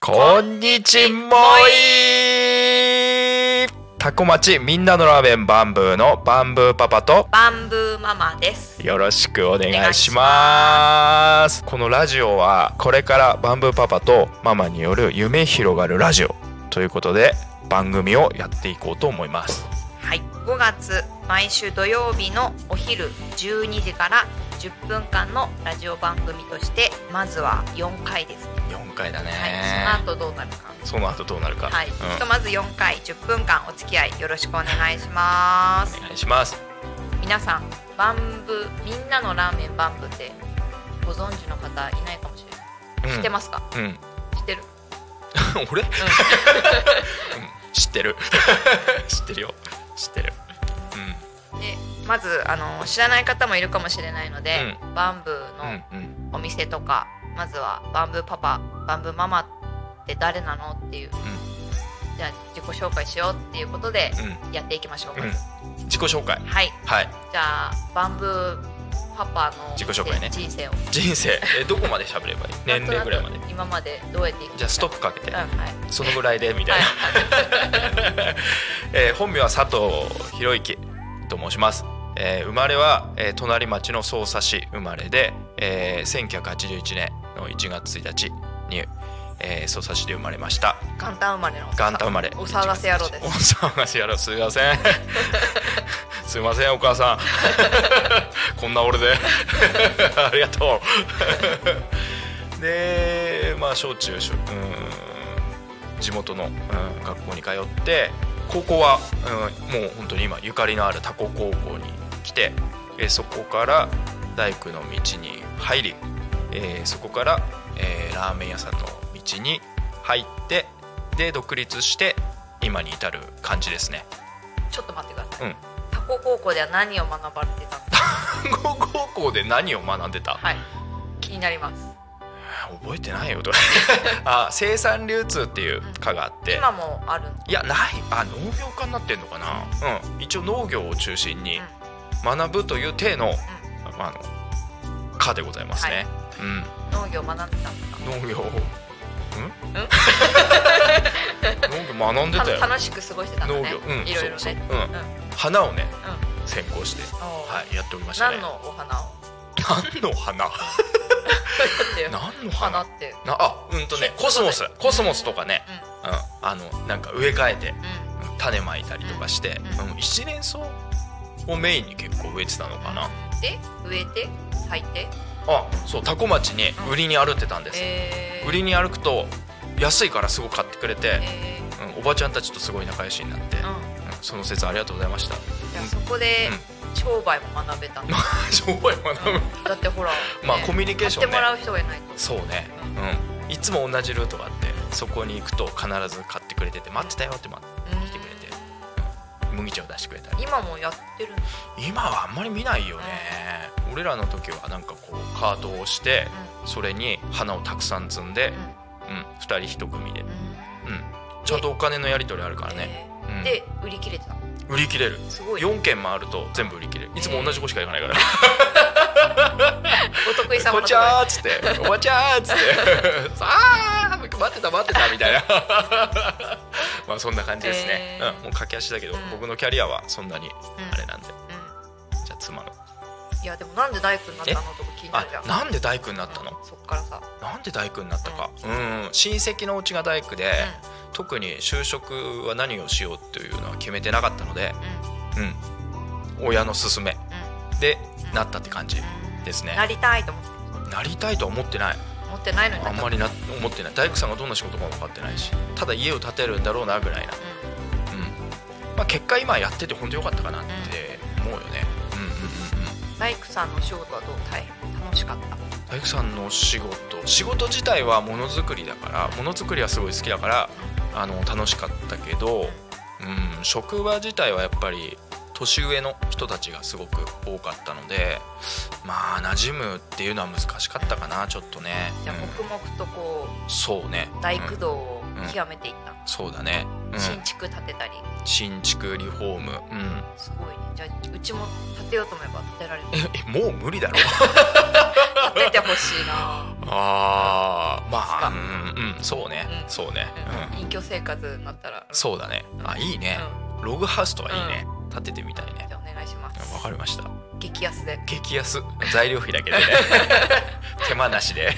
こんにちもいタコ町みんなのラーメンバンブーのバンブーパパとバンブーママです。よろしくお願いしますこのラジオはこれからバンブーパパとママによる夢広がるラジオということで番組をやっていこうと思いますはい、5月毎週土曜日のお昼12時から10分間のラジオ番組としてまずは4回ですね。 4回だねはい、その後どうなるか。その後どうなるか、はい、うんひとまず4回10分間お付き合いよろしくお願いしますお。願いします皆さん、バンブーみんなのラーメンバンブーってご存知の方いないかもしれない。知ってますか？うん、 うん、知ってる？俺、 うん、知ってる 知ってるよ知ってるうんで、まずあの知らない方もいるかもしれないので、バンブーの、うんうんお店とかまずはバンブーパパバンブーママって誰なのっていう、じゃあ自己紹介しようっていうことでやっていきましょうか、うん自己紹介はいはいじゃあバンブーパパの自己紹介ね人生を人生えどこまで喋れば いい年齢ぐらいまでなんとなく今までどうやって生きてきたじゃあストップかけてうんはいはいそのぐらいでみたいな、 えー本名は佐藤博之と申します、えー生まれは、えー隣町の匝瑳市生まれで、えー1981年の1月1日に、えー、匝瑳市で生まれました元旦生まれの元旦生まれお騒がせ野郎ですお騒がせ野郎すいませんすいませんお 母さん こんな俺でありがとう でまあ小中小うん地元の、うん、学校に通って高校は、うん、もう本当に今ゆかりのあるタコ高校に来て、えーそこから大工の道に入り、えーそこから、えーラーメン屋さんの道に入ってで独立して今に至る感じですね。 ちょっと待ってください、うんタコ高校では何を学ばれてたの か高校高校で何を学んでた、はい気になります覚えてないよと あ生産流通っていう科があって、今もあるんいやないあ農業科になってんのかな、うん、一応農業を中心にうん学ぶという体の,、まあ、あの科でございますね、農業を学んでたのかうん、農業をんん 農業学んでたよた楽しく過ごしてたの農ね業うんいろいろそうねそう、うんうん、花をねうん専攻して、ははい、やっておりましたね何のお 花を何の花だって何の花花ってなあうんとねコスモスコスモスとかね、うんあのなんか植え替えてううん種まいたりとかして、うんうん一年草をメインに結構植えてたのかな、んで植えて咲いてあそう多古町に売りに歩ってたんです、えー売りに歩くと安いからすごく買ってくれて、えうんおばちゃんたちとすごい仲良しになって、ーうんうその説ありがとうございました んじゃあそこで商売も学べたの商売学ぶ、だってほら まあねコミュニケーション買ってもねらう人がいないとそうねうんいつも同じルートがあってそこに行くと必ず買ってくれてて待ってたよって待ってうん来てくれて麦茶を出してくれたり今もやってるんです今はあんまり見ないよね俺らの時はなんかこうカートをしてそれに花をたくさん積んでうん、うん、2人1組で、うん、うちゃんとお金のやり取りあるからんね、えうーん、で売り切れてたの売り切れるすごいお4軒回ると全部売り切れるいつも同じ子しか行かないから「おばちゃー」得意様のとこっつって「おばちゃー」っつって「 さあ待ってた待ってた」みたいな まあそんな感じですね、えーうん、もう駆け足だけど、うん僕のキャリアはそんなにでうんあれなんでうじゃあ妻のんいやでもなんで大工になったのとか気になあるじゃんなんで大工になったのそっからさなんで大工になったか、うん、親戚のうちが大工で、特に就職は何をしようというのは決めてなかったので、ううん、親の勧めんうんうんでうんなったって感じですねなりたいと思ってなりたいとは思ってない持ってないのにあんまりな思ってない大工さんがどんな仕事かも分かってないしただ家を建てるんだろうなぐらいな、うんまあ、結果今やってて本当良かったかなって思うよね、うんうんうんうん、うん大工さんの仕事はどう大変楽しかった大工さんの仕事仕事自体はものづくりだからものづくりはすごい好きだからあの楽しかったけど、うん、職場自体はやっぱり年上の人たちがすごく多かったのでまあ馴染むっていうのは難しかったかなちょっとね、じゃあう黙々とこんそうねう大工うん道を極めていったの、そうだね、うん新築建てたり新築リフォーム、うん、すごいねじゃあうちも建てようと思えば建てられるえもう無理だろ立ててほしいな、ああまあいうん、うん、そうね、うんそうね、うんうん隠居生活になったらそうだねあいいね、ログハウスとかいいね、建ててみたいねじゃあお願いしますわかりました激安で激安材料費だけでね手間なしで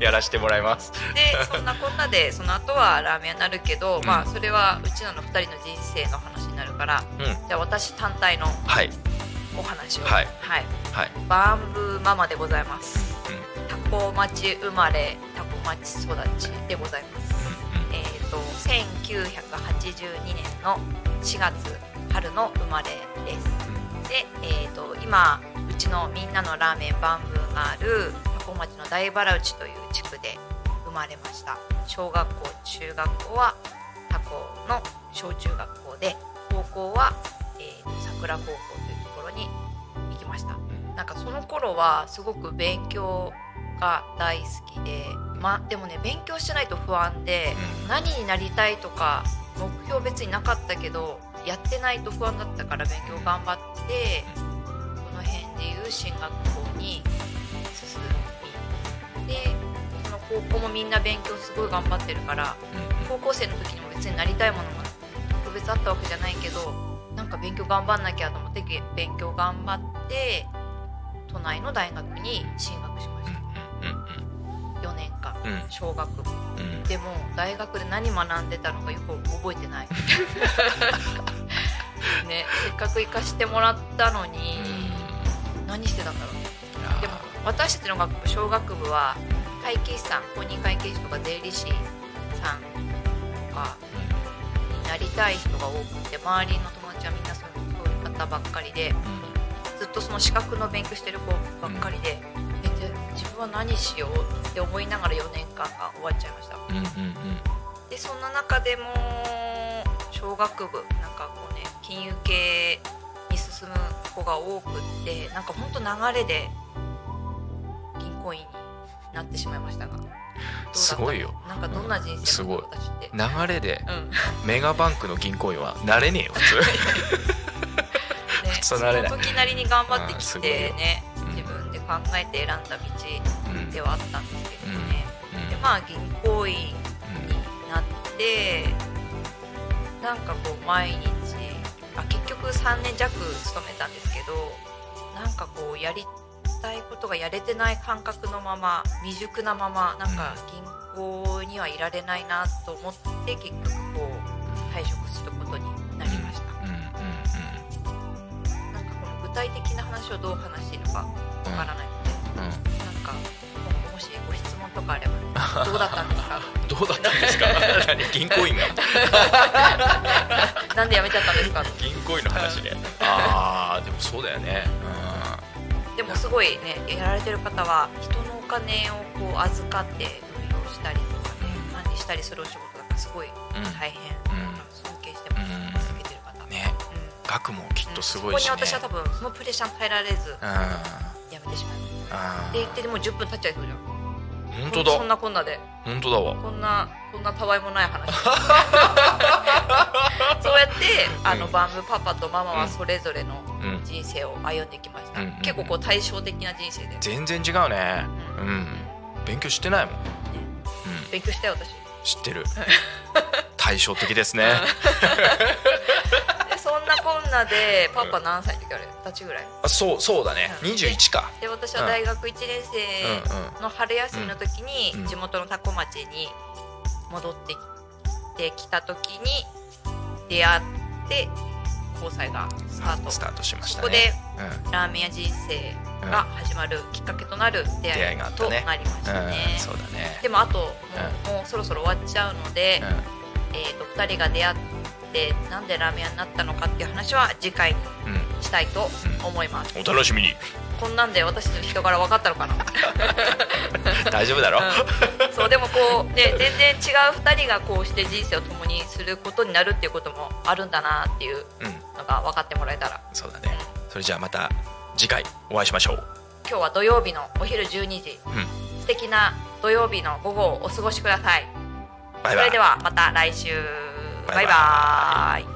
やらせてもらいますでそんなこんなでその後はラーメン屋になるけど、うんまあそれはうちらの2人の人生の話になるからうんじゃあ私単体のはいお話をはいはい、バンブーママでございますうんタコ町生まれタコ町育ちでございますうんえー、と1982年の4月春の生まれですで、えー、と今うちのみんなのラーメンバンブーがある箱町の大原内という地区で生まれました小学校中学校はタコの小中学校で高校は、えーと桜高校というところに行きましたうんなんかその頃はすごく勉強が大好きで、まあ、でもね勉強しないと不安でうん何になりたいとか目標別になかったけどやってないと不安だったから勉強頑張ってこの辺でいう進学校に進みでその高校もみんな勉強すごい頑張ってるから高校生の時にも別になりたいものも特別あったわけじゃないけどなんか勉強頑張んなきゃと思ってげ勉強頑張って都内の大学に進学しましうた4年間んうんうんうんうん小学部うんうんでも大学で何学んでたのかよく覚えてないねせっかく行かしてもらったのに何してたんだろうでも私たちの学部小学部は会計士さん公認会計士とか税理士さんとかになりたい人が多くて周りの友達はみんなそうそういう方ばっかりでずっとその資格の勉強してる子ばっかりで、えじゃあ自分は何しようって思いながら4年間が終わっちゃいましたうんうんでそんな中でも小学部なんかこうね金融系に進む子が多くってなんかほんと流れで銀行員になってしまいましたがどうだったすごいよなんかどんな人生の私って、うん流れでうん、メガバンクの銀行員はなれねえよ 普通ね、 普そ通なれないの時なりに頑張ってきうんすごいてよね、うん自分で考えて選んだうん道ではあったんですけどね、でまあ銀行員になってなんかこう毎日あ結局3年弱勤めたんですけどなんかこうやりたいことがやれてない感覚のまま未熟なままなんか銀行にはいられないなと思って結局こう退職することになりました。うんうんなんかこの具体的な話をどう話していいのかわからないので、うんうんなんか今後もしご質問とかあればどうだったんです かどうだったんですか何銀行員がなんで辞めちゃったんですか銀行員の話 ねああでもそうだよねうでもすごいねやられてる方は人のお金をこう預かって運用したりとかね管理したりするお仕事だからすごいんうん大変、うん尊敬してます、うん続けてる方、うんね額もきっとすごいしねそこに私は多分そのプレッシャーに耐えられずうん辞めてしまいましあたーで言ってでもう10分経っちゃいそうじゃん本当だそんなこんなで本当だわこんなこんなたわいもない 話そうやってあの、うんバンブパパとママはそれぞれのうん人生を歩んできました、うんうんうん結構こう対照的な人生で、全然違うねううんん勉強してないもん、うん、勉強したよ私知っ てる対照的ですねでそんなこんなでパパ何歳の時あれ二十歳ぐらいあそうそうだねうん21かで私は大学1年うんうん生の春休みの時うんうにん地元のタコ町に戻ってきてきた時に出会って交際がスタートスタートしましそたねこでうんラーメン屋人生が始まるきっかけとなる出出会会いいがあったとねなりましたね。うん、そうだねでもあともう,、もうそろそろ終わっちゃうので、えー、と2人が出会ってなんでラーメン屋になったのかっていう話は次回にうん、したいと思います、うん、お楽しみに こんなんで私の人柄分かったのかな、大丈夫だろ、うん そうでもこうね全然違う2人がこうして人生を共にすることになるっていうこともあるんだなっていううん、のが分かってもらえたらそうだねそれじゃあまた次回お会いしましょう今日は土曜日のお昼12時うん素敵な土曜日の午後をお過ごしくださいバイそバイれではまた来週バイバイバイバーイ